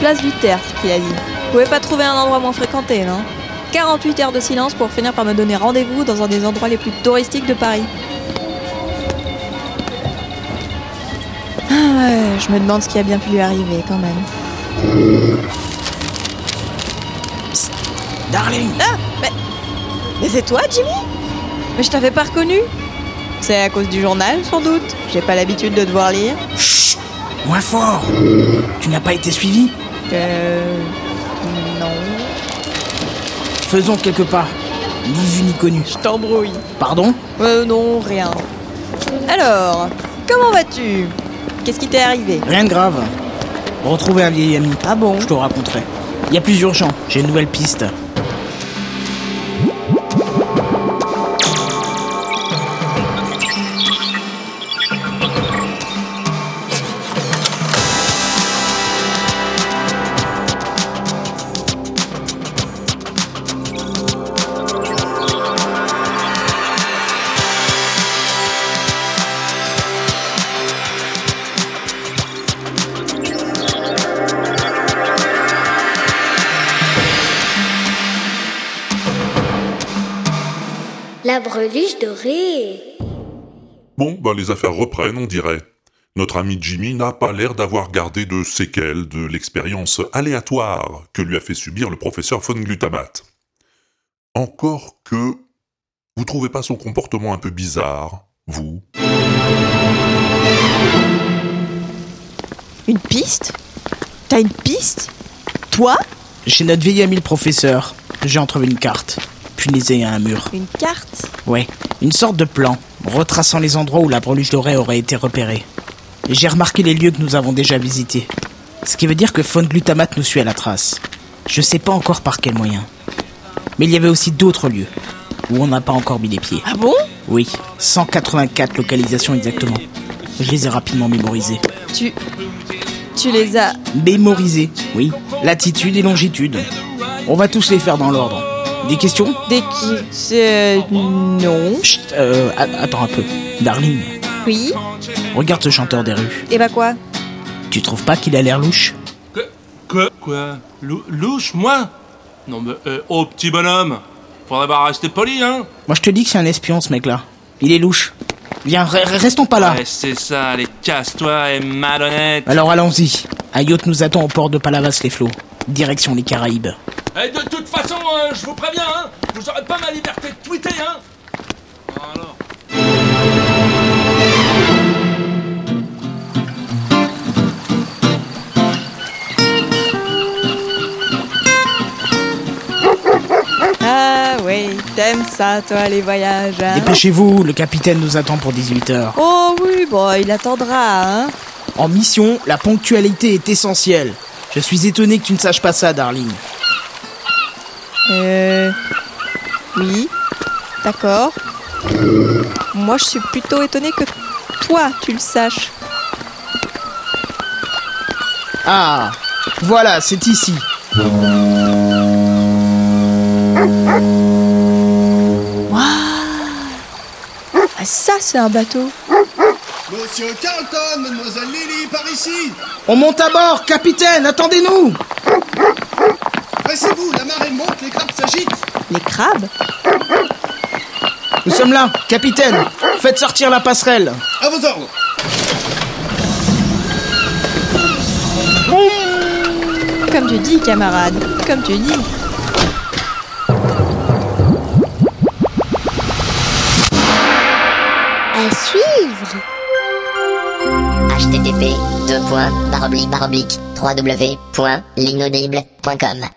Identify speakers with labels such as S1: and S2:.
S1: place du Tertre, qu'il a dit. Vous pouvez pas trouver un endroit moins fréquenté, non 48 heures de silence pour finir par me donner rendez-vous dans un des endroits les plus touristiques de Paris. Ah ouais, je me demande ce qui a bien pu lui arriver quand même.
S2: Darling
S1: Ah Mais, mais c'est toi, Jimmy Mais je t'avais pas reconnu C'est à cause du journal, sans doute. J'ai pas l'habitude de devoir lire.
S2: Chut Moins fort Tu n'as pas été suivi
S1: Euh. Non.
S2: Faisons quelques pas. Ni une ni connue.
S1: Je t'embrouille.
S2: Pardon
S1: Euh, non, rien. Alors, comment vas-tu Qu'est-ce qui t'est arrivé
S2: Rien de grave. Retrouver un vieil ami.
S1: Ah bon
S2: Je te raconterai. Il y a plus urgent. J'ai une nouvelle piste.
S3: La breluche dorée.
S4: Bon, ben les affaires reprennent, on dirait. Notre ami Jimmy n'a pas l'air d'avoir gardé de séquelles de l'expérience aléatoire que lui a fait subir le professeur von Glutamate. Encore que... Vous trouvez pas son comportement un peu bizarre, vous
S1: Une piste T'as une piste Toi
S2: Chez notre vieil ami le professeur, j'ai entrevu une carte, punisée à un mur.
S1: Une carte
S2: Ouais, une sorte de plan, retraçant les endroits où la breluche dorée aurait été repérée. J'ai remarqué les lieux que nous avons déjà visités. Ce qui veut dire que Faune Glutamate nous suit à la trace. Je sais pas encore par quel moyen. Mais il y avait aussi d'autres lieux, où on n'a pas encore mis les pieds.
S1: Ah bon
S2: Oui, 184 localisations exactement. Je les ai rapidement mémorisées.
S1: Tu. Tu les as.
S2: Mémorisées, oui. Latitude et longitude. On va tous les faire dans l'ordre. Des questions
S1: Dès qui. Euh, non.
S2: Chut, euh, a- attends un peu. Darling,
S1: Oui.
S2: regarde ce chanteur des rues.
S1: Et bah quoi
S2: Tu trouves pas qu'il a l'air louche
S5: Quoi Quoi Quoi Lou- Louche, moi Non mais, euh, oh petit bonhomme Faudrait pas rester poli, hein
S2: Moi je te dis que c'est un espion ce mec là. Il est louche. Viens, re- re- restons pas là.
S5: Ouais, Eh, c'est ça, allez, casse-toi et malhonnête
S2: Alors allons-y. Un yacht nous attend au port de Palavas-les-Flots. Direction les Caraïbes.
S5: Eh, de toute façon, euh, je vous préviens, hein Vous aurez pas ma liberté de tweeter, hein Alors
S1: Ah oui, t'aimes ça, toi, les voyages. hein
S2: Dépêchez-vous, le capitaine nous attend pour 18h.
S1: Oh oui, bon, il attendra, hein.
S2: En mission, la ponctualité est essentielle. Je suis étonné que tu ne saches pas ça, darling.
S1: Euh. Oui. D'accord. Moi, je suis plutôt étonnée que toi, tu le saches.
S2: Ah, voilà, c'est ici.
S1: Ah, ça, c'est un bateau.
S6: Monsieur Carlton, mademoiselle Lily, par ici
S2: On monte à bord, capitaine, attendez-nous
S6: Pressez-vous, la marée monte, les crabes s'agitent
S1: Les crabes
S2: Nous sommes là, capitaine. Faites sortir la passerelle.
S6: À vos ordres
S1: Comme tu dis, camarade. Comme tu dis.
S3: À suivre.
S7: http 2. www.linaudible.com